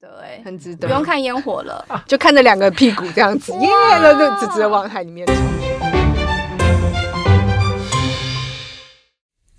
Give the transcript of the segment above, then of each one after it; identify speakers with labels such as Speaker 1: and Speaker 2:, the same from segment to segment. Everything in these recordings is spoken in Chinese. Speaker 1: 得哎、
Speaker 2: 啊
Speaker 3: 很值
Speaker 1: 不
Speaker 3: 得，
Speaker 1: 用看烟火了。
Speaker 3: 就看着两个屁股这样子，耶，那就直直的往海里面冲。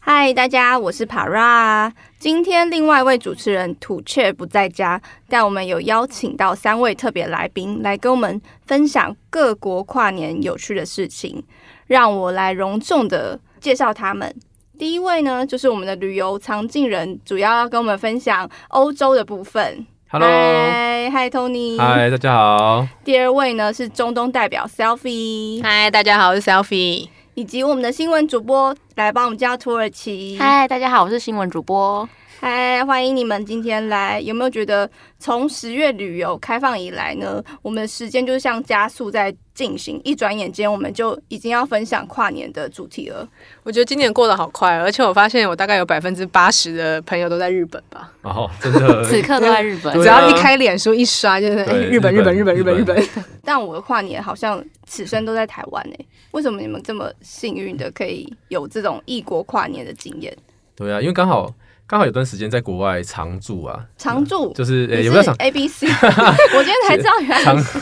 Speaker 1: 嗨，大家，我是 Para。今天另外一位主持人土雀不在家，但我们有邀请到三位特别来宾来跟我们分享各国跨年有趣的事情。让我来隆重的介绍他们。第一位呢，就是我们的旅游常进人，主要要跟我们分享欧洲的部分。
Speaker 4: Hello，
Speaker 1: 嗨嗨，Tony。
Speaker 4: 嗨，大家好。
Speaker 1: 第二位呢是中东代表 Selfie，
Speaker 2: 嗨，大家好，我是 Selfie。
Speaker 1: 以及我们的新闻主播来帮我们介绍土耳其。
Speaker 2: 嗨，大家好，我是新闻主播。
Speaker 1: 嗨，欢迎你们今天来。有没有觉得从十月旅游开放以来呢，我们的时间就像加速在进行，一转眼间我们就已经要分享跨年的主题了。
Speaker 2: 我觉得今年过得好快，而且我发现我大概有百分之八十的朋友都在日本吧。
Speaker 4: 哦， 真的，
Speaker 5: 此刻都在日本
Speaker 4: 对啊
Speaker 3: 只要一开脸书一刷，就是哎
Speaker 4: 对
Speaker 3: 日本日
Speaker 4: 日
Speaker 3: 本
Speaker 4: 本
Speaker 3: 日本日本日
Speaker 4: 日
Speaker 3: 本
Speaker 4: 本，
Speaker 1: 但我的跨年好像此生都在台湾呢、为什么你们这么幸运的可以有这种异国跨年的经验？
Speaker 4: 对啊，因为刚好刚好有段时间在国外常住啊，
Speaker 1: 常驻。
Speaker 4: 就是
Speaker 1: 你
Speaker 4: 呃
Speaker 1: 是
Speaker 4: 也不 要常
Speaker 1: A B C，我今天才知道原来
Speaker 4: 常
Speaker 1: 是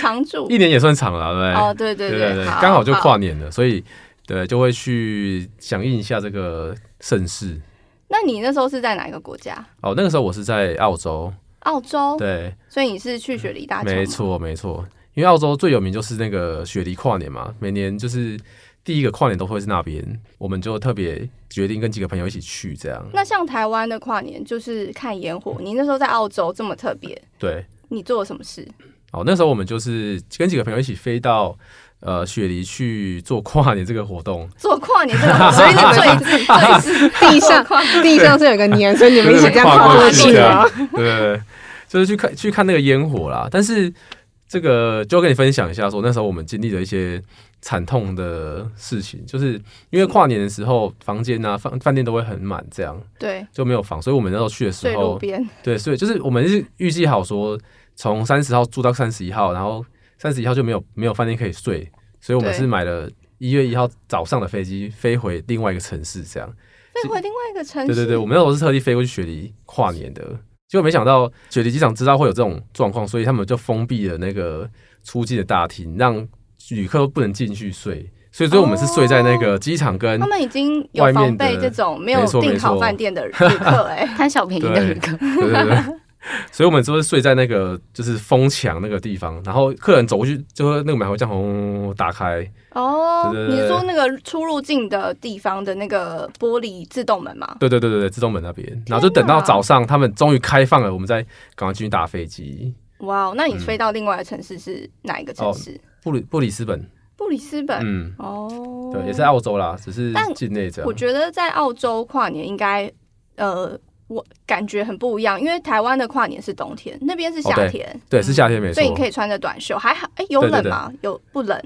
Speaker 1: 常 驻
Speaker 4: 一。年也算长了啊，
Speaker 1: 哦，对对
Speaker 4: 对不对？对对，
Speaker 1: 好
Speaker 4: 刚好就跨年了，所以对就会去响应一下这个盛世。
Speaker 1: 那你那时候是在哪一个国家？
Speaker 4: 哦，那个时候我是在澳洲，
Speaker 1: 澳洲。
Speaker 4: 对，
Speaker 1: 所以你是去雪梨大桥？
Speaker 4: 没。错没错，因为澳洲最有名就是那个雪梨跨年嘛，每年就是第一个跨年都会是那边，我们就特别决定跟几个朋友一起去这样。
Speaker 1: 那像台湾的跨年就是看烟火，你那时候在澳洲这么特别，
Speaker 4: 对，
Speaker 1: 你做了什么事？
Speaker 4: 哦，那时候我们就是跟几个朋友一起飞到呃雪梨去做跨年这个活动，
Speaker 1: 做跨年这个，所以你最最最
Speaker 3: 地上
Speaker 1: 跨
Speaker 3: 地上是有个年，所以你们一起这样
Speaker 4: 跨
Speaker 3: 过
Speaker 4: 过
Speaker 3: 去
Speaker 4: 这
Speaker 3: 啊
Speaker 4: 样。对，就是去看去看那个烟火啦。但是这个就跟你分享一下说那时候我们经历了一些惨痛的事情，就是因为跨年的时候房间啊饭饭店都会很满，这样
Speaker 1: 对，
Speaker 4: 就没有房，所以我们那时候去的时
Speaker 1: 睡路
Speaker 4: 候，
Speaker 1: 边，
Speaker 4: 对，所以就是我们是预计好说从三十号住到三十一号，然后三十一号就没有没有饭店可以睡，所以我们
Speaker 1: 对
Speaker 4: 是买了一月一号早上的飞机飞回另外一个城市，这样。
Speaker 1: 飞回另外一个城市。
Speaker 4: 对对对，我们那时候是特地飞过去雪梨跨年的，结果没想到雪梨机场知道会有这种状况，所以他们就封闭了那个出境的大厅，让旅客不能进去睡，所以所以我们是睡在那个机场跟、
Speaker 1: 哦他们已经有防备这种没有
Speaker 4: 没错
Speaker 1: 订好
Speaker 4: 没错
Speaker 1: 饭店的旅客哎、
Speaker 5: 贪小便宜的旅客，
Speaker 4: 对对 对。所以我们就是睡在那个就是封墙那个地方，然后客人走过去，就会那个买回这样轰轰轰打开，
Speaker 1: 哦，
Speaker 4: 对对
Speaker 1: 你
Speaker 4: 对
Speaker 1: 是说那个出入境的地方的那个玻璃自动门吗？
Speaker 4: 对对对对对，自动门那边，然后就等到早上他们终于开放了，我们再赶快进去打飞机。
Speaker 1: 哇、哦，那你飞到另外一个城市是哪一个城市？
Speaker 4: 布里布里斯本，
Speaker 1: 布里斯本。
Speaker 4: 嗯，
Speaker 1: 哦，
Speaker 4: 对，也是在澳洲啦，只是
Speaker 1: 但
Speaker 4: 境内这样
Speaker 1: 我。觉得在澳洲跨年应该，呃，我感觉很不一样，因为台湾的跨年是冬天，那边是
Speaker 4: 哦
Speaker 1: 夏
Speaker 4: 对
Speaker 1: 天，
Speaker 4: 对，是夏天没错
Speaker 1: 所以，你可以穿着短袖，还好。哎、有
Speaker 4: 对对
Speaker 1: 冷
Speaker 4: 对
Speaker 1: 吗？有不冷？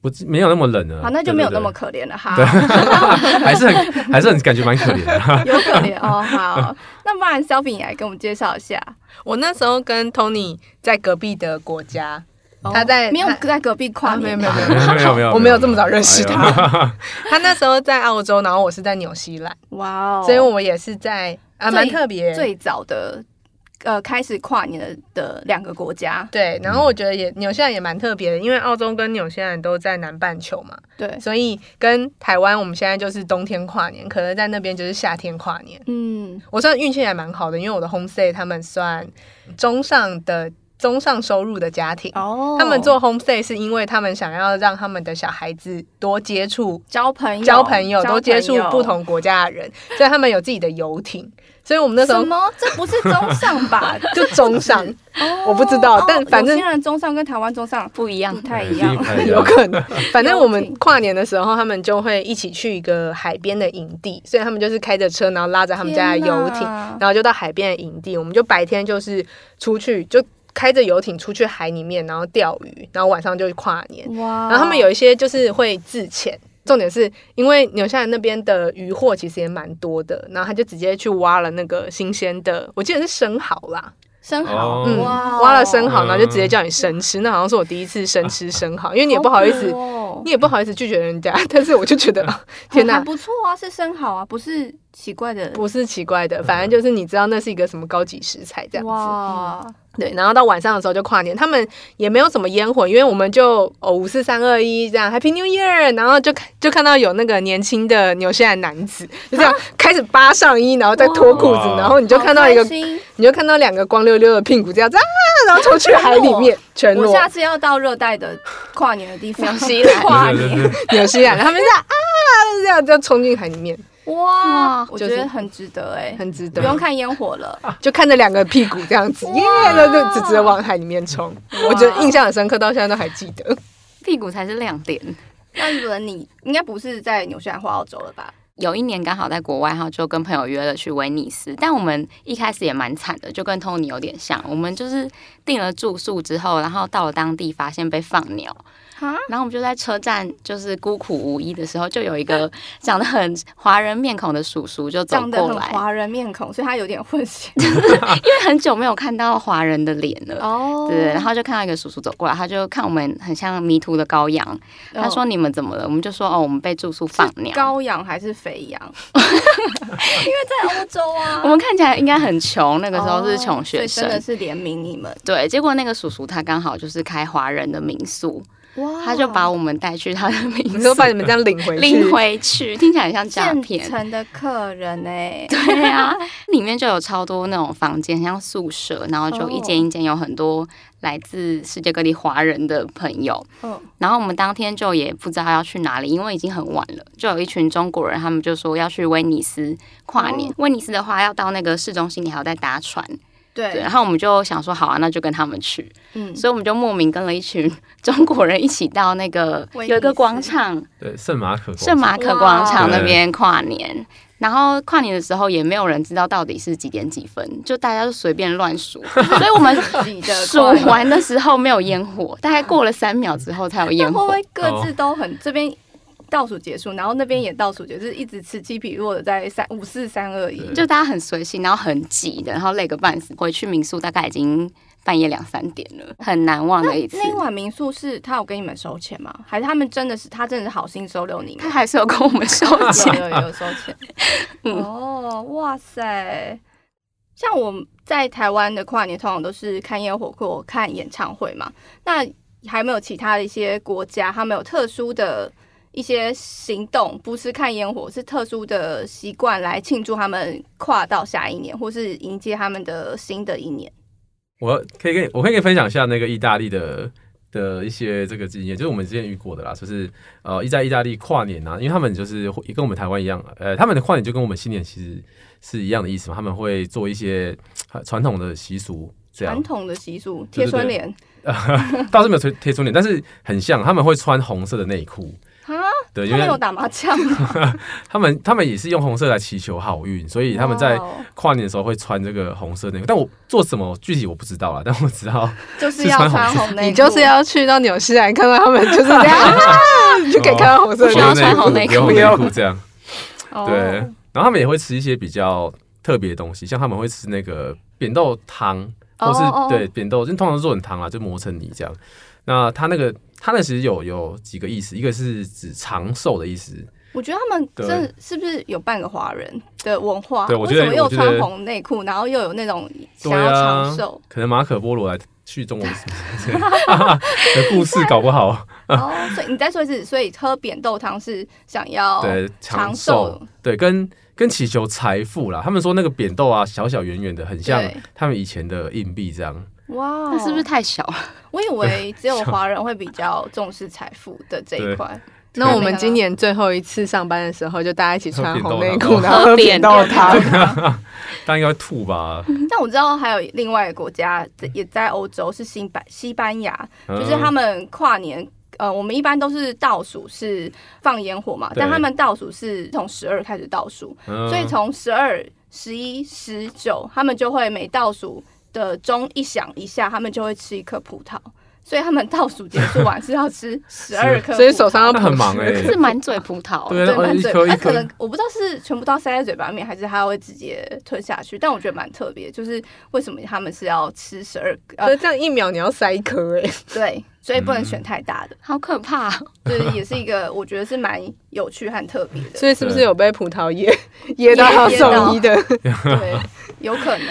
Speaker 4: 不是没有那么冷了，
Speaker 1: 好，那就
Speaker 4: 对
Speaker 1: 没有
Speaker 4: 对
Speaker 1: 那么
Speaker 4: 对
Speaker 1: 可
Speaker 4: 啊
Speaker 1: 怜了哈，
Speaker 4: 还是很还是很感觉蛮可怜的。
Speaker 1: 有可怜哦。好，那不然小饼你来跟我们介绍一下，
Speaker 2: 我那时候跟 Tony 在隔壁的国家，他
Speaker 1: 哦
Speaker 2: 在
Speaker 1: 没有
Speaker 2: 他
Speaker 1: 在隔壁跨
Speaker 2: 哎啊
Speaker 1: 年、
Speaker 2: 没有没有没有
Speaker 4: 没有没有没有，
Speaker 3: 我没有这么早认识他
Speaker 4: 哎呦。
Speaker 2: 他那时候在澳洲，然后我是在纽西兰，
Speaker 1: 有，哇哦，
Speaker 2: 所以我们也是在啊
Speaker 1: 最
Speaker 2: 蛮特别。
Speaker 1: 最早的呃开始跨年的的两个国家，
Speaker 2: 对，然后我觉得也纽西兰也蛮特别的，因为澳洲跟纽西兰都在南半球嘛，
Speaker 1: 对，
Speaker 2: 所以跟台湾我们现在就是冬天跨年，可能在那边就是夏天跨年。
Speaker 1: 嗯，
Speaker 2: 我算运气还蛮好的，因为我的 homestay 他们算中上的中上收入的家庭。
Speaker 1: 哦，
Speaker 2: 他们做 homestay 是因为他们想要让他们的小孩子多接触
Speaker 1: 交朋友，
Speaker 2: 交朋友，
Speaker 1: 交
Speaker 2: 多接触
Speaker 1: 朋友
Speaker 2: 不同国家的人，所以他们有自己的游艇。所以我们那时
Speaker 1: 什
Speaker 2: 候
Speaker 1: 么？这不是中上 吧？
Speaker 2: 就中上，
Speaker 1: 哦
Speaker 3: 我不知道
Speaker 1: 哦
Speaker 3: 但反正
Speaker 1: 有些人中上跟台湾中上
Speaker 5: 不一样
Speaker 1: 不。太
Speaker 4: 对
Speaker 1: 一样
Speaker 4: 一定。不 哎太一
Speaker 3: 有
Speaker 4: 样
Speaker 3: 可能
Speaker 2: 反正我
Speaker 1: 游
Speaker 2: 们
Speaker 1: 艇
Speaker 2: 跨年的时候，他们就会一起去一个海边的营地，所以他们就是开着车，然后拉着他们家的游艇
Speaker 1: 天，哪
Speaker 2: 然后就到海边的营地。我们就白天就是出去，就开着游艇出去海里面，然后钓鱼，然后晚上就跨年。
Speaker 1: 哇
Speaker 2: 然后他们有一些就是会自潜，重点是因为纽西兰那边的渔获其实也蛮多的，然后他就直接去挖了那个新鲜的，我记得是生蚝啦，
Speaker 1: 生蚝，
Speaker 4: 哦
Speaker 2: 嗯，
Speaker 1: 哇哦，
Speaker 2: 挖了生蚝，
Speaker 4: 嗯
Speaker 2: 然后就直接叫你生吃，那好像是我第一次生吃生蚝，因为你也不好意
Speaker 1: 好。
Speaker 2: 思
Speaker 1: 苦哦哦
Speaker 2: 你，也不好意思拒绝人家， 但是我就觉得，哦天
Speaker 1: 还
Speaker 2: 哪，
Speaker 1: 不错啊，是生蚝啊，不是奇怪的。
Speaker 2: 不是奇怪的，反正就是你知道那是一个什么高级食材这样子。
Speaker 1: 哇，哦
Speaker 2: 对，然后到晚上的时候就跨年，他们也没有什么烟火，因为我们就哦五四三二一这样 Happy New Year，然后就看就看到有那个年轻的纽西兰男子就这样开始扒上衣，然后再脱裤子，
Speaker 4: 哇
Speaker 2: 然后你就
Speaker 1: 啊好
Speaker 2: 看到一个
Speaker 1: 开心
Speaker 2: 你就看到两个光溜溜的屁股这样子啊，然后冲去海里面，全
Speaker 1: 我
Speaker 2: 裸。
Speaker 1: 下次要到热带的跨年的地方，
Speaker 5: 纽西兰
Speaker 1: 跨
Speaker 4: 对
Speaker 1: 年
Speaker 4: 对对
Speaker 2: 纽西兰，他们这样啊，这样就冲进海里面，
Speaker 1: 哇，我
Speaker 2: 就
Speaker 1: 觉
Speaker 2: 是
Speaker 1: 得很值得哎，
Speaker 2: 很值
Speaker 1: 不
Speaker 2: 得。
Speaker 1: 用看烟火了，
Speaker 2: 就看着两个屁股这样子，耶，那就直直的往海里面冲。我觉得印象很深刻，到现在都还记得。
Speaker 5: 屁股才是亮点。
Speaker 1: 那一轮你应该不是在纽西兰或澳洲了吧？
Speaker 5: 有一年刚好在国外，然后就跟朋友约了去威尼斯，但我们一开始也蛮惨的，就跟 Tony 有点像，我们就是订了住宿之后，然后到了当地发现被放鸟，
Speaker 1: 啊，
Speaker 5: 然后我们就在车站就是孤苦无依的时候，就有一个长得很华人面孔的叔叔就走
Speaker 1: 长得
Speaker 5: 过
Speaker 1: 很
Speaker 5: 来，
Speaker 1: 华人面孔，所以他有点混 血
Speaker 5: 因为很久没有看到华人的脸了。
Speaker 1: 哦
Speaker 5: 对，然后就看到一个叔叔走过来，他就看我们很像迷途的羔羊，他说：“你们怎么了？”我们就说：“哦，我们被住宿放
Speaker 1: 是
Speaker 5: 鸟。”
Speaker 1: 羔羊还是肥羊？啊 因为在欧洲啊，
Speaker 5: 我们看起来应该很穷，那个时候是穷
Speaker 1: 所
Speaker 5: 学
Speaker 1: 以
Speaker 5: 生。
Speaker 1: 哦真的是怜悯你们
Speaker 5: 对，结果那个叔叔他刚好就是开华人的民宿，
Speaker 1: 哇
Speaker 5: 他就把我们带去他的
Speaker 2: 你
Speaker 5: 民
Speaker 2: 说
Speaker 5: 宿
Speaker 2: 把你们这样领回去，
Speaker 5: 拎回去，听起来很像诈
Speaker 1: 现
Speaker 5: 骗。
Speaker 1: 成的客人哎，
Speaker 5: 对啊，里面就有超多那种房间，像宿舍，然后就一间一间有很多来自世界各地华人的朋友。
Speaker 1: 嗯，
Speaker 5: 然后我们当天就也不知道要去哪里，因为已经很晚了。就有一群中国人，他们就说要去威尼斯跨年。
Speaker 1: 哦
Speaker 5: 威尼斯的话，要到那个市中心，你还要再搭船。对，
Speaker 1: 对
Speaker 5: 然，后我们就想说，好啊，那就跟他们去。
Speaker 1: 嗯，
Speaker 5: 所以我们就莫名跟了一群中国人一起到那个
Speaker 1: 威尼斯
Speaker 5: 有一个广场，
Speaker 4: 对，圣马可广场
Speaker 5: 圣马可广场
Speaker 4: 哇
Speaker 5: 那边跨年。然后跨年的时候也没有人知道到底是几点几分，就大家就随便 乱数，所以我们
Speaker 1: 自己的
Speaker 5: 数
Speaker 1: 客人
Speaker 5: 完的时候没有烟火，大概过了三秒之后才有
Speaker 1: 那
Speaker 5: 烟
Speaker 1: 会不
Speaker 5: 火哦
Speaker 1: 会。各自都很这边倒数结束，然后那边也倒数结束，就是一直此起彼落的在三五四三二一
Speaker 4: 对，
Speaker 5: 就大家很随性，然后很挤的，然后累个半死。回去民宿大概已经半夜两三点了，很难忘的一次
Speaker 1: 那。一晚民宿是他有跟你们收钱吗？还是他们真的是他真的是好心收留你
Speaker 5: 他
Speaker 1: 们？
Speaker 5: 还是有跟我们 收
Speaker 1: 有
Speaker 5: 钱，
Speaker 1: 有有收钱。
Speaker 5: 嗯
Speaker 1: 哦，哇塞！像我在台湾的跨年，通常都是看烟火或看演唱会嘛。那还没有其他的一些国家，他们有特殊的一些行动，不是看烟火，是特殊的习惯来庆祝他们跨到下一年，或是迎接他们的新的一年。
Speaker 4: 我可以跟你，我可以跟你分享一下那个意大利的的一些这个经验，就是我们之前遇过的啦，就是呃，一在意大利跨年啊，因为他们就是会也跟我们台湾一样，呃，他们的跨年就跟我们新年其实是一样的意思嘛，他们会做一些呃传统的习俗，这样
Speaker 1: 传统的习俗，
Speaker 4: 啊对
Speaker 1: 贴
Speaker 4: 对
Speaker 1: 春联
Speaker 4: 倒是没有推推出脸，但是很像，他们会穿红色的内裤，
Speaker 1: 啊，
Speaker 4: 对，因
Speaker 1: 他
Speaker 4: 为
Speaker 1: 们有打麻将吗？
Speaker 4: 他们他们也是用红色来祈求好运，所以他们在
Speaker 1: 哇哦
Speaker 4: 跨年的时候会穿这个红色内裤，但我做什么具体我不知道啦，但我知道。
Speaker 1: 就是要穿红内裤，
Speaker 2: 你就是要去到纽西兰看到他们就是这样，啊你就可以看到红色
Speaker 5: 不
Speaker 2: 的
Speaker 5: 需要穿
Speaker 4: 不
Speaker 5: 红内裤
Speaker 4: 不用内裤这样。
Speaker 1: 哦
Speaker 4: 对，然后他们也会吃一些比较特别的东西，像他们会吃那个扁豆汤，或是
Speaker 1: 哦哦哦
Speaker 4: 对扁豆，就通常是做成汤啊，就磨成泥这样。那它那个它那其实有有几个意思，一个是指长寿的意思，
Speaker 1: 我觉得他们
Speaker 4: 对
Speaker 1: 真的是不是有半个华人的文化？
Speaker 4: 对我觉
Speaker 1: 为
Speaker 4: 得
Speaker 1: 什么又
Speaker 4: 我觉得
Speaker 1: 穿红内裤，然后又有那种想
Speaker 4: 对
Speaker 1: 要
Speaker 4: 啊
Speaker 1: 长 寿？
Speaker 4: 可能马可波罗来去中国 的故事搞不好，
Speaker 1: 哦，所以你再说一次，所以喝扁豆汤是想要
Speaker 4: 对
Speaker 1: 长
Speaker 4: 长寿，对跟。跟祈求财富啦，他们说那个扁豆啊，小小圆圆的，很像
Speaker 1: 对
Speaker 4: 他们以前的硬币这样。
Speaker 1: 哇
Speaker 5: 那 是不是？太小了？
Speaker 1: 我以为只有华人会比较重视财富的这一块。
Speaker 2: 那我们今年最后一次上班的时候，就大家一起穿红内 裤，
Speaker 4: 喝扁豆
Speaker 2: 然后喝扁豆汤。
Speaker 4: 大家应该会吐吧？
Speaker 1: 但我知道还有另外一个国家也在欧洲，是西班西班牙， 就是
Speaker 4: 嗯
Speaker 1: 他们跨年。呃，我们一般都是倒数是放烟火嘛，
Speaker 4: 对
Speaker 1: 但他们倒数是从十二开始倒数，所以
Speaker 4: 嗯
Speaker 1: 从十二、十一、十九，他们就会每倒数的钟一响一下，他们就会吃一颗葡萄。所以他们倒数结束完是要吃十二 颗葡萄，
Speaker 2: 所以手上要
Speaker 4: 那很忙
Speaker 2: 欸
Speaker 4: 哎、
Speaker 5: 是满嘴葡萄。
Speaker 4: 对
Speaker 1: 对
Speaker 4: 啊，
Speaker 1: 满
Speaker 4: 一
Speaker 1: 嘴
Speaker 4: 颗，一
Speaker 1: 那可
Speaker 4: 颗
Speaker 1: 能，我不知道是全部都要塞在嘴巴里面，还是他会直接吞下去。但我觉得蛮特别，就是为什么他们是要吃十二个？
Speaker 2: 可
Speaker 1: 呃
Speaker 2: 是这样一秒你要塞一颗哎，
Speaker 1: 对，所以不能选太大的，
Speaker 5: 好可怕哦、
Speaker 1: 就是也是一个我觉得是蛮有趣和特别的，
Speaker 2: 所以是不是
Speaker 4: 对
Speaker 2: 有被葡萄噎噎到要送医的？
Speaker 1: 对，有可 能。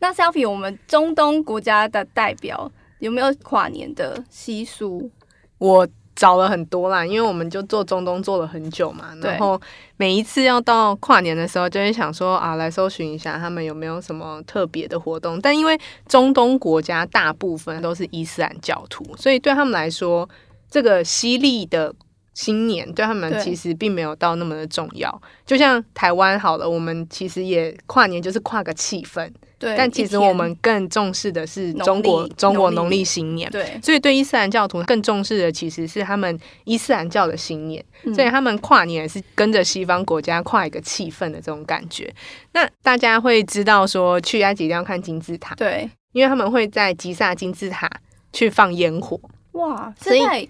Speaker 1: 那 Selfie，我们中东国家的代表有没有跨年的习俗？
Speaker 2: 我找了很多啦，因为我们就做中东做了很久嘛，
Speaker 1: 对
Speaker 2: 然后每一次要到跨年的时候，就会想说啊，来搜寻一下他们有没有什么特别的活动。但因为中东国家大部分都是伊斯兰教徒，所以对他们来说，这个犀利的。新年对他们
Speaker 1: 对
Speaker 2: 其实并没有到那么的重要，就像台湾好了，我们其实也跨年就是跨个气氛，
Speaker 1: 对，
Speaker 2: 但其实
Speaker 1: 一天
Speaker 2: 我们更重视的是
Speaker 1: 农
Speaker 2: 中国
Speaker 1: 历
Speaker 2: 中国
Speaker 1: 农
Speaker 2: 农
Speaker 1: 历
Speaker 2: 历新年，
Speaker 1: 对，
Speaker 2: 所以对伊斯兰教徒更重视的其实是他们伊斯兰教的新年，
Speaker 1: 嗯
Speaker 2: 所以他们跨年也是跟着西方国家跨一个气氛的这种感觉。那大家会知道说去埃及一定要看金字塔，
Speaker 1: 对，
Speaker 2: 因为他们会在吉萨金字塔去放烟火，
Speaker 1: 哇，是
Speaker 2: 所以
Speaker 1: 在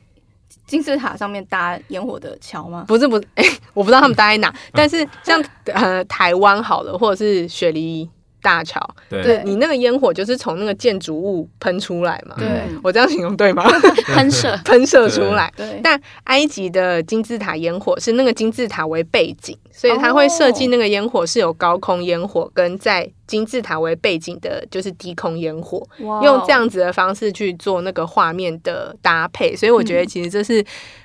Speaker 1: 金字塔上面搭烟火的桥吗？
Speaker 2: 不是不是， 哎、我不知道他们待在哪，
Speaker 1: 嗯
Speaker 2: 但是像呃台湾好了，或者是雪梨大桥，
Speaker 4: 对
Speaker 1: 对
Speaker 2: 你那个烟火就是从那个建筑物喷出来嘛，
Speaker 1: 对
Speaker 5: 嗯，
Speaker 2: 我这样形容对吗？
Speaker 5: 喷射，
Speaker 2: 喷射出来。
Speaker 1: 对，
Speaker 2: 但埃及的金字塔烟火是那个金字塔为背景，所以它会设
Speaker 1: 哦
Speaker 2: 计那个烟火是有高空烟火跟在金字塔为背景的，就是低空烟火，
Speaker 1: 哇哦
Speaker 2: 用这样子的方式去做那个画面的搭配。所以我
Speaker 1: 嗯
Speaker 2: 觉得其实这是、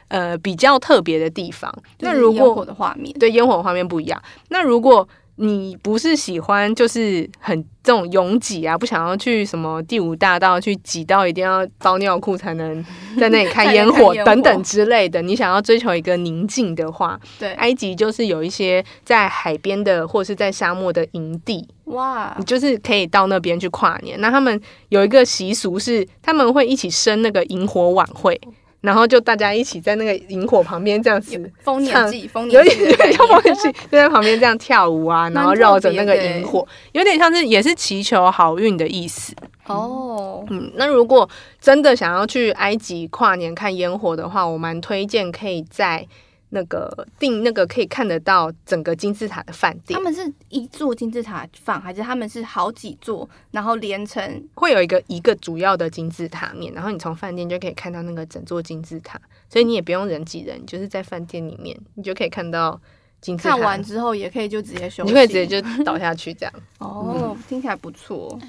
Speaker 2: 呃比较特别的地方。
Speaker 1: 就是
Speaker 2: 那如
Speaker 1: 烟火
Speaker 2: 果
Speaker 1: 的画面，
Speaker 2: 对烟火的画面不一样，那如果你不是喜欢就是很这种拥挤啊，不想要去什么第五大道去挤到一定要包尿裤才 能在那里看
Speaker 1: 才能
Speaker 2: 烟
Speaker 1: 看
Speaker 2: 火
Speaker 1: 烟火
Speaker 2: 等等之类的，你想要追求一个宁静的话，
Speaker 1: 对，
Speaker 2: 埃及就是有一些在海边的或是在沙漠的营地，
Speaker 1: 哇
Speaker 2: 你，就是可以到那边去跨年。那他们有一个习俗是，他们会一起生那个萤火晚会，
Speaker 1: 哦
Speaker 2: 然后就大家一起在那个萤火旁边这样子
Speaker 1: 丰年
Speaker 2: 唱
Speaker 1: 祭，丰
Speaker 2: 有
Speaker 1: 年祭
Speaker 2: 点有
Speaker 1: 的概
Speaker 2: 点像
Speaker 1: 念，
Speaker 2: 忘记， 就在旁边这样跳舞啊，然后绕着那个萤火，有点像是也是祈求好运的意思。
Speaker 1: 哦，
Speaker 2: 嗯，那如果真的想要去埃及跨年看烟火的话，我蛮推荐可以在那个订那个可以看得到整个金字塔的饭店
Speaker 1: 他，们是一座金字塔放，还是他们是好几座，然后连成
Speaker 2: 会有一个一个主要的金字塔面，然后你从饭店就可以看到那个整座金字塔，所以你也不用人挤人，你就是在饭店里面，你就可以看到金字塔，
Speaker 1: 看完之后也可以就直接休息？
Speaker 2: 你就可以直接就倒下去这样。
Speaker 1: 哦，听起来不错。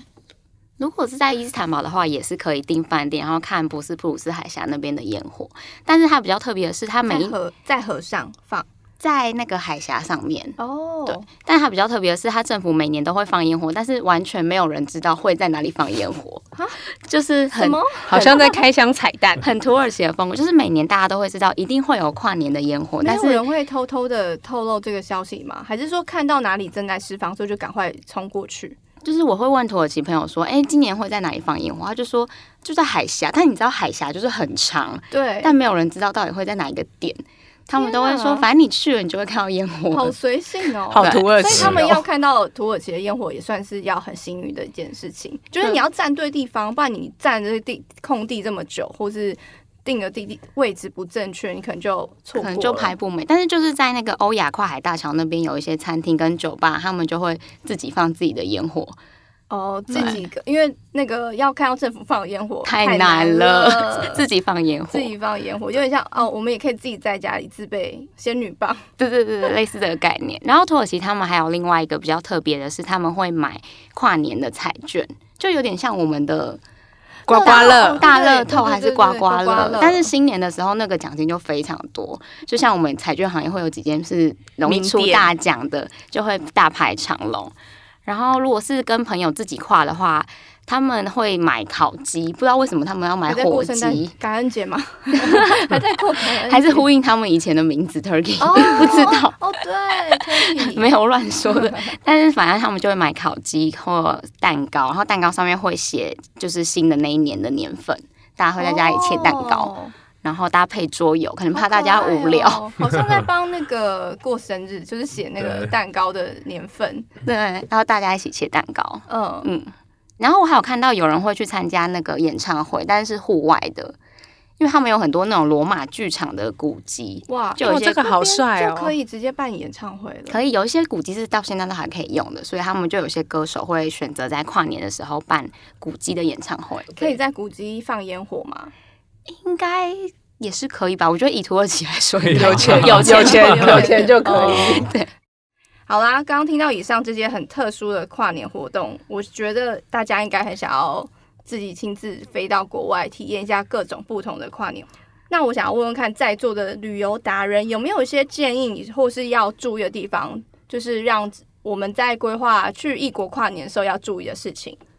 Speaker 5: 如果是在伊斯坦堡的话，也是可以订饭店，然后看博斯普鲁斯海峡那边的烟火。但是它比较特别的是，它每
Speaker 1: 在
Speaker 5: 一
Speaker 1: 河在河上放
Speaker 5: 在那个海峡上面，
Speaker 1: 哦，
Speaker 5: 对但它比较特别的是，它政府每年都会放烟火，但是完全没有人知道会在哪里放烟火，就是
Speaker 1: 什
Speaker 5: 很。
Speaker 1: 么
Speaker 2: 好像 在开箱彩蛋
Speaker 5: 很土耳其的风格，就是每年大家都会知道一定会有跨年的烟火，
Speaker 1: 没
Speaker 5: 但
Speaker 1: 有
Speaker 5: 是
Speaker 1: 人会偷偷的透露这个消息吗？还是说看到哪里正在释放，所以就赶快冲过去？
Speaker 5: 就是我会问土耳其朋友说，哎、今年会在哪里放烟火？他就说就在海峡，但你知道海峡就是很长，
Speaker 1: 对，
Speaker 5: 但没有人知道到底会在哪一个点，他们都会
Speaker 1: 天
Speaker 5: 说，
Speaker 1: 啊
Speaker 5: 反正你去了你就会看到烟火
Speaker 1: 好
Speaker 5: 了。
Speaker 1: 随性哦。
Speaker 2: 好土耳
Speaker 1: 所以
Speaker 2: 其、
Speaker 1: 他们
Speaker 2: 哦，
Speaker 1: 要看到土耳其的烟火，也算是要很幸运的一件事情。就是你要站对地方，不然你站这地空地这么久，或是定的地地位置不正确，你可能就错过
Speaker 5: 可能
Speaker 1: 了。
Speaker 5: 就排不美，但是就是在那个欧亚跨海大桥那边有一些餐厅跟酒吧，他们就会自己放自己的烟火，
Speaker 1: 哦，自己个因为那个要看到政府放的烟火
Speaker 5: 太
Speaker 1: 难
Speaker 5: 难了，自己放烟火，
Speaker 1: 自己放烟火，有点像哦，我们也可以自己在家里自备仙女棒。
Speaker 5: 对对对对，类似这个概念。然后土耳其他们还有另外一个比较特别的是，他们会买跨年的彩券，就有点像我们的
Speaker 2: 刮
Speaker 1: 啊
Speaker 2: 刮乐
Speaker 5: 大乐
Speaker 1: 对对对
Speaker 5: 透还是
Speaker 1: 对对
Speaker 5: 刮
Speaker 1: 对
Speaker 5: 刮
Speaker 1: 刮刮乐
Speaker 5: 乐。但是新年的时候，那个奖金就非常多，就像我们彩券行业会有几间是容易
Speaker 2: 名
Speaker 5: 出
Speaker 2: 店
Speaker 5: 大奖的，就会大排长龙。然后如果是跟朋友自己跨的话，他们会买烤鸡，不知道为什么他们要买
Speaker 1: 还在
Speaker 5: 火
Speaker 1: 过圣诞
Speaker 5: 鸡，
Speaker 1: 感恩 节吗？还在过感恩节，
Speaker 5: 还是呼应他们以前的名字 turkey，、
Speaker 1: 哦
Speaker 5: 不知道。
Speaker 1: 哦，对，可以，
Speaker 5: 没有乱说的，但是反正他们就会买烤鸡或蛋糕，然后蛋糕上面会写就是新的那一年的年份，大家会在家里切蛋糕，
Speaker 1: 哦
Speaker 5: 然后搭配桌游，可能怕大家无聊，
Speaker 1: 好可爱哦好像在帮那个过生日，就是写那个
Speaker 4: 对
Speaker 1: 蛋糕的年份。
Speaker 5: 对，然后大家一起切蛋糕，
Speaker 1: 嗯，
Speaker 5: 嗯，然后我还有看到有人会去参加那个演唱会，但是是户外的，因为他们有很多那种罗马剧场的古迹，
Speaker 1: 哇，
Speaker 5: 就有一
Speaker 2: 哦
Speaker 5: 些
Speaker 2: 这个好帅
Speaker 1: 就可
Speaker 2: 哦！
Speaker 1: 以直接办演唱会了。
Speaker 5: 可以有一些古迹是到现在都还可以用的，所以他们就有些歌手会选择在跨年的时候办古迹的演唱会，
Speaker 1: 可以在古迹放烟火吗？
Speaker 5: 应该也是可以吧？我觉得以土耳其来说，应该
Speaker 4: 有钱
Speaker 5: 有
Speaker 2: 有钱哦
Speaker 5: 钱
Speaker 2: 有钱就可以。
Speaker 5: 对，
Speaker 1: 好啦，刚刚听到以上这些很特殊的跨年活动，我觉得大家应该很想要自己亲自飞到国外体验一下各种不同的跨年。那我想要问问看，在座的旅游达人有没有一些建议，或是要注意的地方，就是让我们在规划去异国跨年的时候要注意的事情。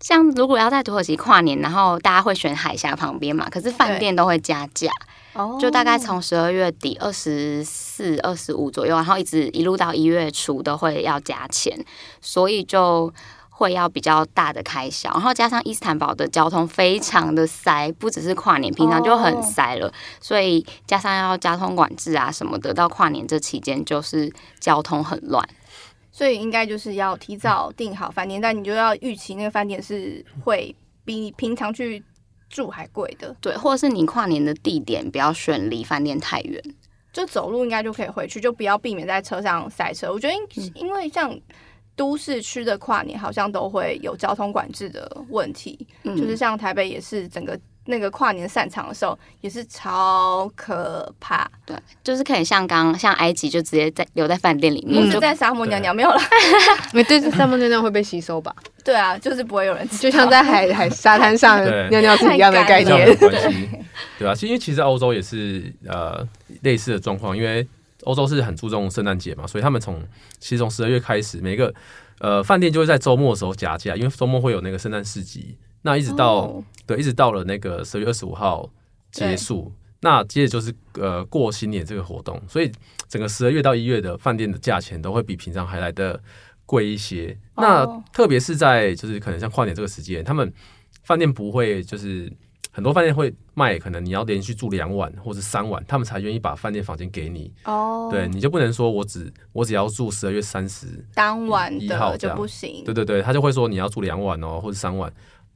Speaker 5: 像如果要在土耳其跨年，然后大家会选海峡旁边嘛，可是饭店都会加价，
Speaker 1: 哦
Speaker 5: 就大概从十二月底二十四、二十五左右，然后一直一路到一月初都会要加钱，所以就。会要比较大的开销，然后加上伊斯坦堡的交通非常的塞，不只是跨年，平常就很塞了所以加上要交通管制啊什么的，到跨年这期间就是交通很乱。
Speaker 1: 所以应该就是要提早订好饭店，但你就要预期那个饭店是会比你平常去住还贵的，
Speaker 5: 对，或者是你跨年的地点不要选离饭店太远。
Speaker 1: 就走路应该就可以回去，就不要避免在车上塞车。我觉得因，因为像都市区的跨年好像都会有交通管制的问题，
Speaker 5: 嗯
Speaker 1: 就是像台北也是整个那个跨年散场的时候也是超可怕，
Speaker 5: 对，就是可以像刚像埃及就直接在留在饭店里面，
Speaker 1: 我是
Speaker 5: 嗯就
Speaker 1: 嗯在沙漠娘娘没有啦，
Speaker 2: 你对这三分钟那会被吸收吧？
Speaker 1: 对啊，就是不会有人知道
Speaker 2: 就像在海海沙滩上
Speaker 4: 对
Speaker 2: 尿尿是一样的概
Speaker 4: 这样
Speaker 2: 念
Speaker 4: 有。关系， 对啊吧、其实因为其实欧洲也是呃类似的状况，因为欧洲是很注重圣诞节嘛，所以他们从其实从十二月开始，每个呃饭店就会在周末的时候加价，因为周末会有那个圣诞市集，那一直到、
Speaker 1: 哦
Speaker 4: 对，一直到了那个十月二十五号结束。那接着就是呃过新年这个活动，所以整个十二月到一月的饭店的价钱都会比平常还来的贵一些。那
Speaker 1: 哦
Speaker 4: 特别是在就是可能像跨年这个时间，他们饭店不会就是很多饭店会卖，可能你要连续住两晚或者三晚，他们才愿意把饭店房间给你。
Speaker 1: 哦，
Speaker 4: 对，你就不能说我只我只要住十二月三十，
Speaker 1: 当晚
Speaker 4: 一号
Speaker 1: 的
Speaker 4: 这
Speaker 1: 就
Speaker 4: 样
Speaker 1: 不行，
Speaker 4: 对对对，他就会说你要住两晚哦，或者三晚，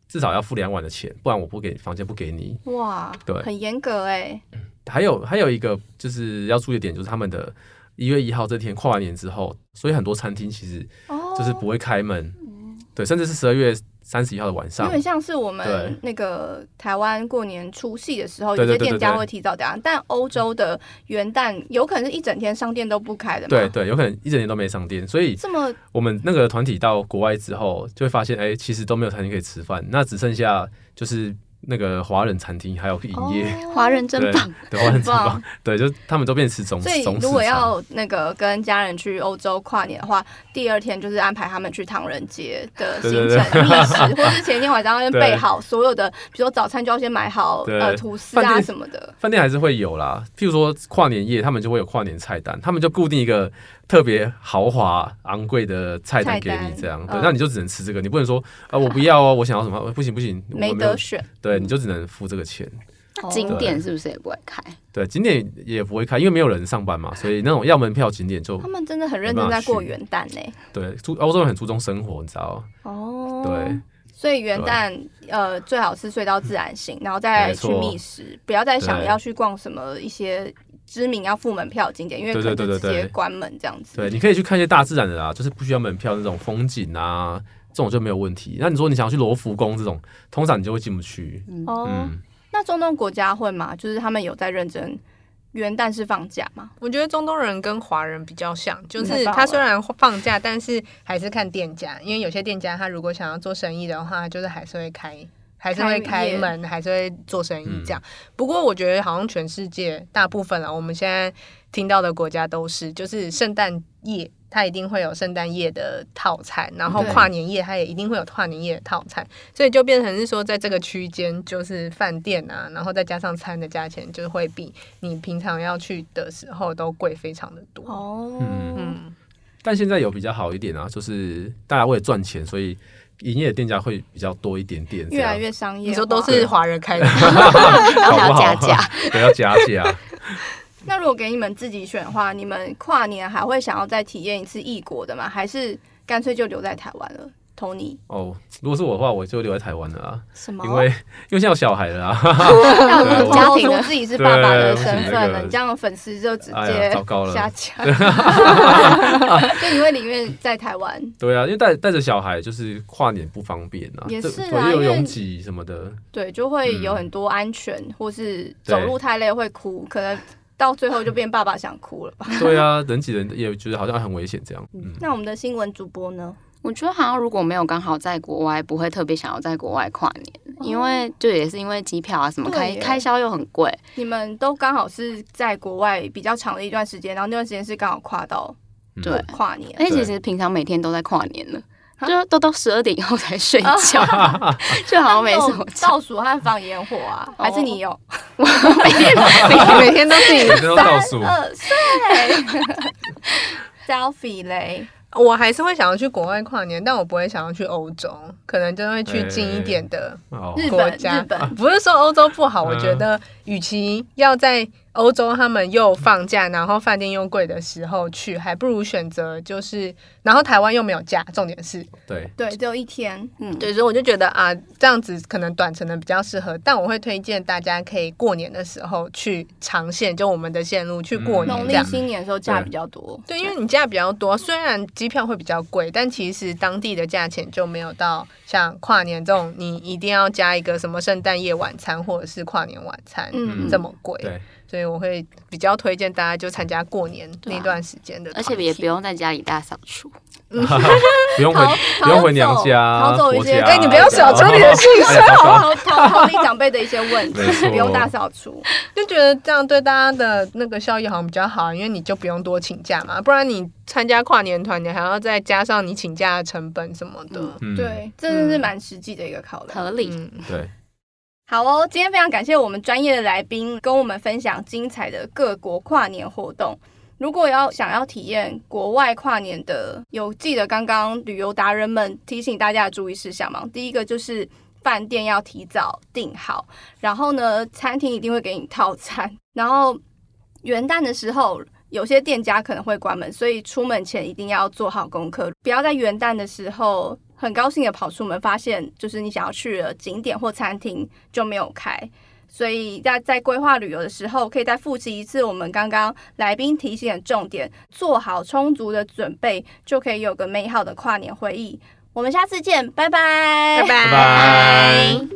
Speaker 4: 至少要付两晚的钱，不然我不给房间不给你。
Speaker 1: 哇，
Speaker 4: 对
Speaker 1: 很严格哎、
Speaker 4: 还有还有一个就是要注意的点，就是他们的一月一号这天跨完年之后，所以很多餐厅其实
Speaker 1: 哦，嗯
Speaker 4: 就是不会开门，对，甚至是十二月三十一号的晚
Speaker 1: 有
Speaker 4: 上，
Speaker 1: 点像是我们
Speaker 4: 对
Speaker 1: 那个台湾过年除夕的时候，
Speaker 4: 对
Speaker 1: 有
Speaker 4: 对
Speaker 1: 些
Speaker 4: 对
Speaker 1: 店家
Speaker 4: 对对
Speaker 1: 会提早点，啊但欧洲的元旦有可能是一整天商店都不开的嘛。
Speaker 4: 对，对，有可能一整年都没上店，所以
Speaker 1: 这么
Speaker 4: 我们那个团体到国外之后，就会发现，哎、其实都没有餐厅可以吃饭，那只剩下就是那个华人餐厅还有营业。
Speaker 1: 哦
Speaker 5: 华人真
Speaker 4: 对
Speaker 5: 棒。，
Speaker 4: 对，华人真
Speaker 1: 很
Speaker 4: 棒，对，就是他们都变吃中
Speaker 1: 所以
Speaker 4: 中式
Speaker 1: 如果
Speaker 4: 餐
Speaker 1: 要那个跟家人去欧洲跨年的话，第二天就是安排他们去唐人街的行
Speaker 4: 对
Speaker 1: 程
Speaker 4: 对
Speaker 1: 历
Speaker 4: 对
Speaker 1: 史，或是前一天晚上要先
Speaker 4: 对
Speaker 1: 备好所有的，比如说早餐就要先买好
Speaker 4: 对
Speaker 1: 呃吐司
Speaker 4: 饭
Speaker 1: 啊
Speaker 4: 店
Speaker 1: 什么的。
Speaker 4: 饭店还是会有啦，譬如说跨年夜，他们就会有跨年菜单，他们就固定一个特别豪华昂贵的菜单给
Speaker 1: 菜
Speaker 4: 你
Speaker 1: 单，
Speaker 4: 这样，
Speaker 1: 嗯
Speaker 4: 对，那你就只能吃这个，你不能说啊我不要哦，我想要什么，呃不行不行，我
Speaker 1: 没
Speaker 4: 没有
Speaker 1: 得，嗯选，
Speaker 4: 对，你就只能付这个钱。
Speaker 5: 景点是不是也不会开？
Speaker 4: 对，景点也不会开，因为没有人上班嘛，所以那种要门票景点就
Speaker 1: 他们真的很认真
Speaker 4: 没
Speaker 1: 在
Speaker 4: 办法
Speaker 1: 过
Speaker 4: 去
Speaker 1: 元旦呢、
Speaker 4: 对，注欧洲人很注重生活，你知道，
Speaker 1: 哦，
Speaker 4: 对，嗯
Speaker 1: 所以元旦呃最好是睡到自然醒，然后再
Speaker 4: 没
Speaker 1: 去
Speaker 4: 错
Speaker 1: 觅食，不要再想
Speaker 4: 对
Speaker 1: 要去逛什么一些知名要付门票的景点，因为可
Speaker 4: 对
Speaker 1: 能
Speaker 4: 对
Speaker 1: 就
Speaker 4: 对
Speaker 1: 直
Speaker 4: 对对
Speaker 1: 接关门这样子。
Speaker 4: 对，你可以去看一些大自然的啊，就是不需要门票那种风景啊，这种就没有问题。那你说你想要去罗浮宫这种，通常你就会进不去，
Speaker 1: 哦，
Speaker 4: 嗯，
Speaker 1: 那中东国家会吗？就是他们有在认真。元旦是放假吗？
Speaker 2: 我觉得中东人跟华人比较像，就
Speaker 1: 太
Speaker 2: 是
Speaker 1: 棒了
Speaker 2: 他虽然放假，但是还是看店家，因为有些店家他如果想要做生意的话，他就是还是会开，还是会
Speaker 1: 开业
Speaker 2: 开门，还是会做生意这样。不过我觉得好像全世界大部分了，我们现在听到的国家都是，就是圣诞夜。它一定会有圣诞夜的套餐，然后
Speaker 1: 对
Speaker 2: 跨年夜它也一定会有跨年夜的套餐，所以就变成是说，在这个区间，就是饭店啊，然后再加上餐的价钱，就会比你平常要去的时候都贵非常的多。
Speaker 1: 哦，
Speaker 4: 嗯
Speaker 2: 嗯，
Speaker 4: 但现在有比较好一点啊，就是大家为了赚钱，所以营业的店家会比较多一点点这
Speaker 1: 越
Speaker 4: 样，
Speaker 1: 来越商业化。
Speaker 2: 你说都是华人开的，
Speaker 5: 然后还要加
Speaker 4: 搞不好
Speaker 5: 价，
Speaker 4: 对，要加价。
Speaker 1: 那如果给你们自己选的话，你们跨年还会想要再体验一次异国的吗？还是干脆就留在台湾了？ Tony？
Speaker 4: 哦，如果是我的话，我就留在台湾了啊，
Speaker 1: 什么？
Speaker 4: 因为因 为现在有小孩了啊，
Speaker 1: 要
Speaker 4: 对我
Speaker 1: 不
Speaker 5: 家
Speaker 1: 交
Speaker 5: 庭
Speaker 1: 出
Speaker 5: 的
Speaker 1: 自己是爸爸的
Speaker 4: 对
Speaker 1: 身份
Speaker 4: 我
Speaker 1: 了，
Speaker 4: 是
Speaker 1: 你这样的粉丝就直
Speaker 4: 哎
Speaker 1: 接
Speaker 4: 呀糟糕了
Speaker 1: 下 架。 就你会宁愿在台湾？
Speaker 4: 对啊，因为带带着小孩就是跨年不方便啊，
Speaker 1: 也
Speaker 4: 这
Speaker 1: 是啊
Speaker 4: 对又
Speaker 1: 因
Speaker 4: 有
Speaker 1: 为
Speaker 4: 拥挤什么的，
Speaker 1: 对，就会有
Speaker 4: 嗯
Speaker 1: 很多安全，或是走路太累会哭，可能到最后就变爸爸想哭了吧？
Speaker 4: 对啊， 人挤人也觉得好像很危险这样，嗯，
Speaker 1: 那我们的新闻主播呢？
Speaker 5: 我觉得好像如果没有刚好在国外，不会特别想要在国外跨年，因为就也是因为机票啊什么
Speaker 1: 对
Speaker 5: 开
Speaker 1: 耶
Speaker 5: 开销又很贵。
Speaker 1: 你们都刚好是在国外比较长的一段时间，然后那段时间是刚好跨到
Speaker 4: 嗯
Speaker 5: 对哎
Speaker 1: 跨年，
Speaker 5: 而且
Speaker 4: 对
Speaker 5: 其实平常每天都在跨年了，
Speaker 1: 啊
Speaker 5: 就都到十二点以后才睡觉， 就好像没什么哦差。
Speaker 1: 倒数和放烟火啊，还是你有？
Speaker 2: 每天都是
Speaker 4: 每天都倒数，
Speaker 1: 二岁 ，selfie 嘞，
Speaker 2: 我还是会想要去国外跨年，但我不会想要去欧洲，可能就会去近一点的。
Speaker 4: 哦，
Speaker 1: 日
Speaker 2: 国
Speaker 1: 本
Speaker 2: 家
Speaker 1: 日本，
Speaker 2: 不是说欧洲不好，
Speaker 4: 嗯
Speaker 2: 我觉得与其要在欧洲他们又放假，然后饭店又贵的时候去，还不如选择就是，然后台湾又没有假，重点是，
Speaker 4: 对，
Speaker 1: 对，只有一天，
Speaker 5: 嗯，
Speaker 2: 对，所以我就觉得啊，这样子可能短程的比较适合，但我会推荐大家可以过年的时候去长线，就我们的线路去过
Speaker 1: 嗯农
Speaker 2: 年这
Speaker 1: 历
Speaker 2: 样。
Speaker 1: 新年的时候假比较多，
Speaker 2: 对，因为你假比较多，虽然机票会比较贵，但其实当地的价钱就没有到像跨年这种，你一定要加一个什么圣诞夜晚餐或者是跨年晚餐、
Speaker 1: 嗯
Speaker 4: 嗯
Speaker 2: 这么贵。
Speaker 4: 对，
Speaker 2: 所以我会比较推荐大家就参加过年
Speaker 5: 对啊
Speaker 2: 那段时间的
Speaker 5: 而
Speaker 2: 团体、
Speaker 5: 且也不用在家里大扫除。
Speaker 4: 不用回
Speaker 1: 逃
Speaker 4: 不用回娘
Speaker 1: 逃
Speaker 4: 家，
Speaker 1: 走
Speaker 4: 婆
Speaker 1: 一些
Speaker 4: 家哦
Speaker 1: 哎你不
Speaker 2: 要小瞧你的
Speaker 4: 信息，
Speaker 1: 逃
Speaker 4: 好
Speaker 1: 逃逃离长辈的一些问题
Speaker 4: 没，错
Speaker 1: 不用大扫除。
Speaker 2: 就觉得这样对大家的那个效益好像比较好，因为你就不用多请假嘛，不然你参加跨年团，你还要再加上你请假的成本什么的。
Speaker 5: 嗯
Speaker 4: 嗯，
Speaker 1: 对，这真是蛮实际的一个考量。
Speaker 5: 合理。
Speaker 2: 嗯
Speaker 4: 对，
Speaker 1: 好哦，今天非常感谢我们专业的来宾跟我们分享精彩的各国跨年活动。如果要想要体验国外跨年的，有记得刚刚旅游达人们提醒大家的注意事项吗？第一个就是饭店要提早订好，然后呢，餐厅一定会给你套餐， 然后元旦的时候。有些店家可能会关门，所以出门前一定要做好功课，不要在元旦的时候很高兴的跑出门，发现就是你想要去的景点或餐厅就没有开。所以在在规划旅游的时候，可以再复习一次我们刚刚来宾提醒的重点，做好充足的准备，就可以有个美好的跨年回忆。我们下次见，拜拜，
Speaker 2: 拜
Speaker 4: 拜拜。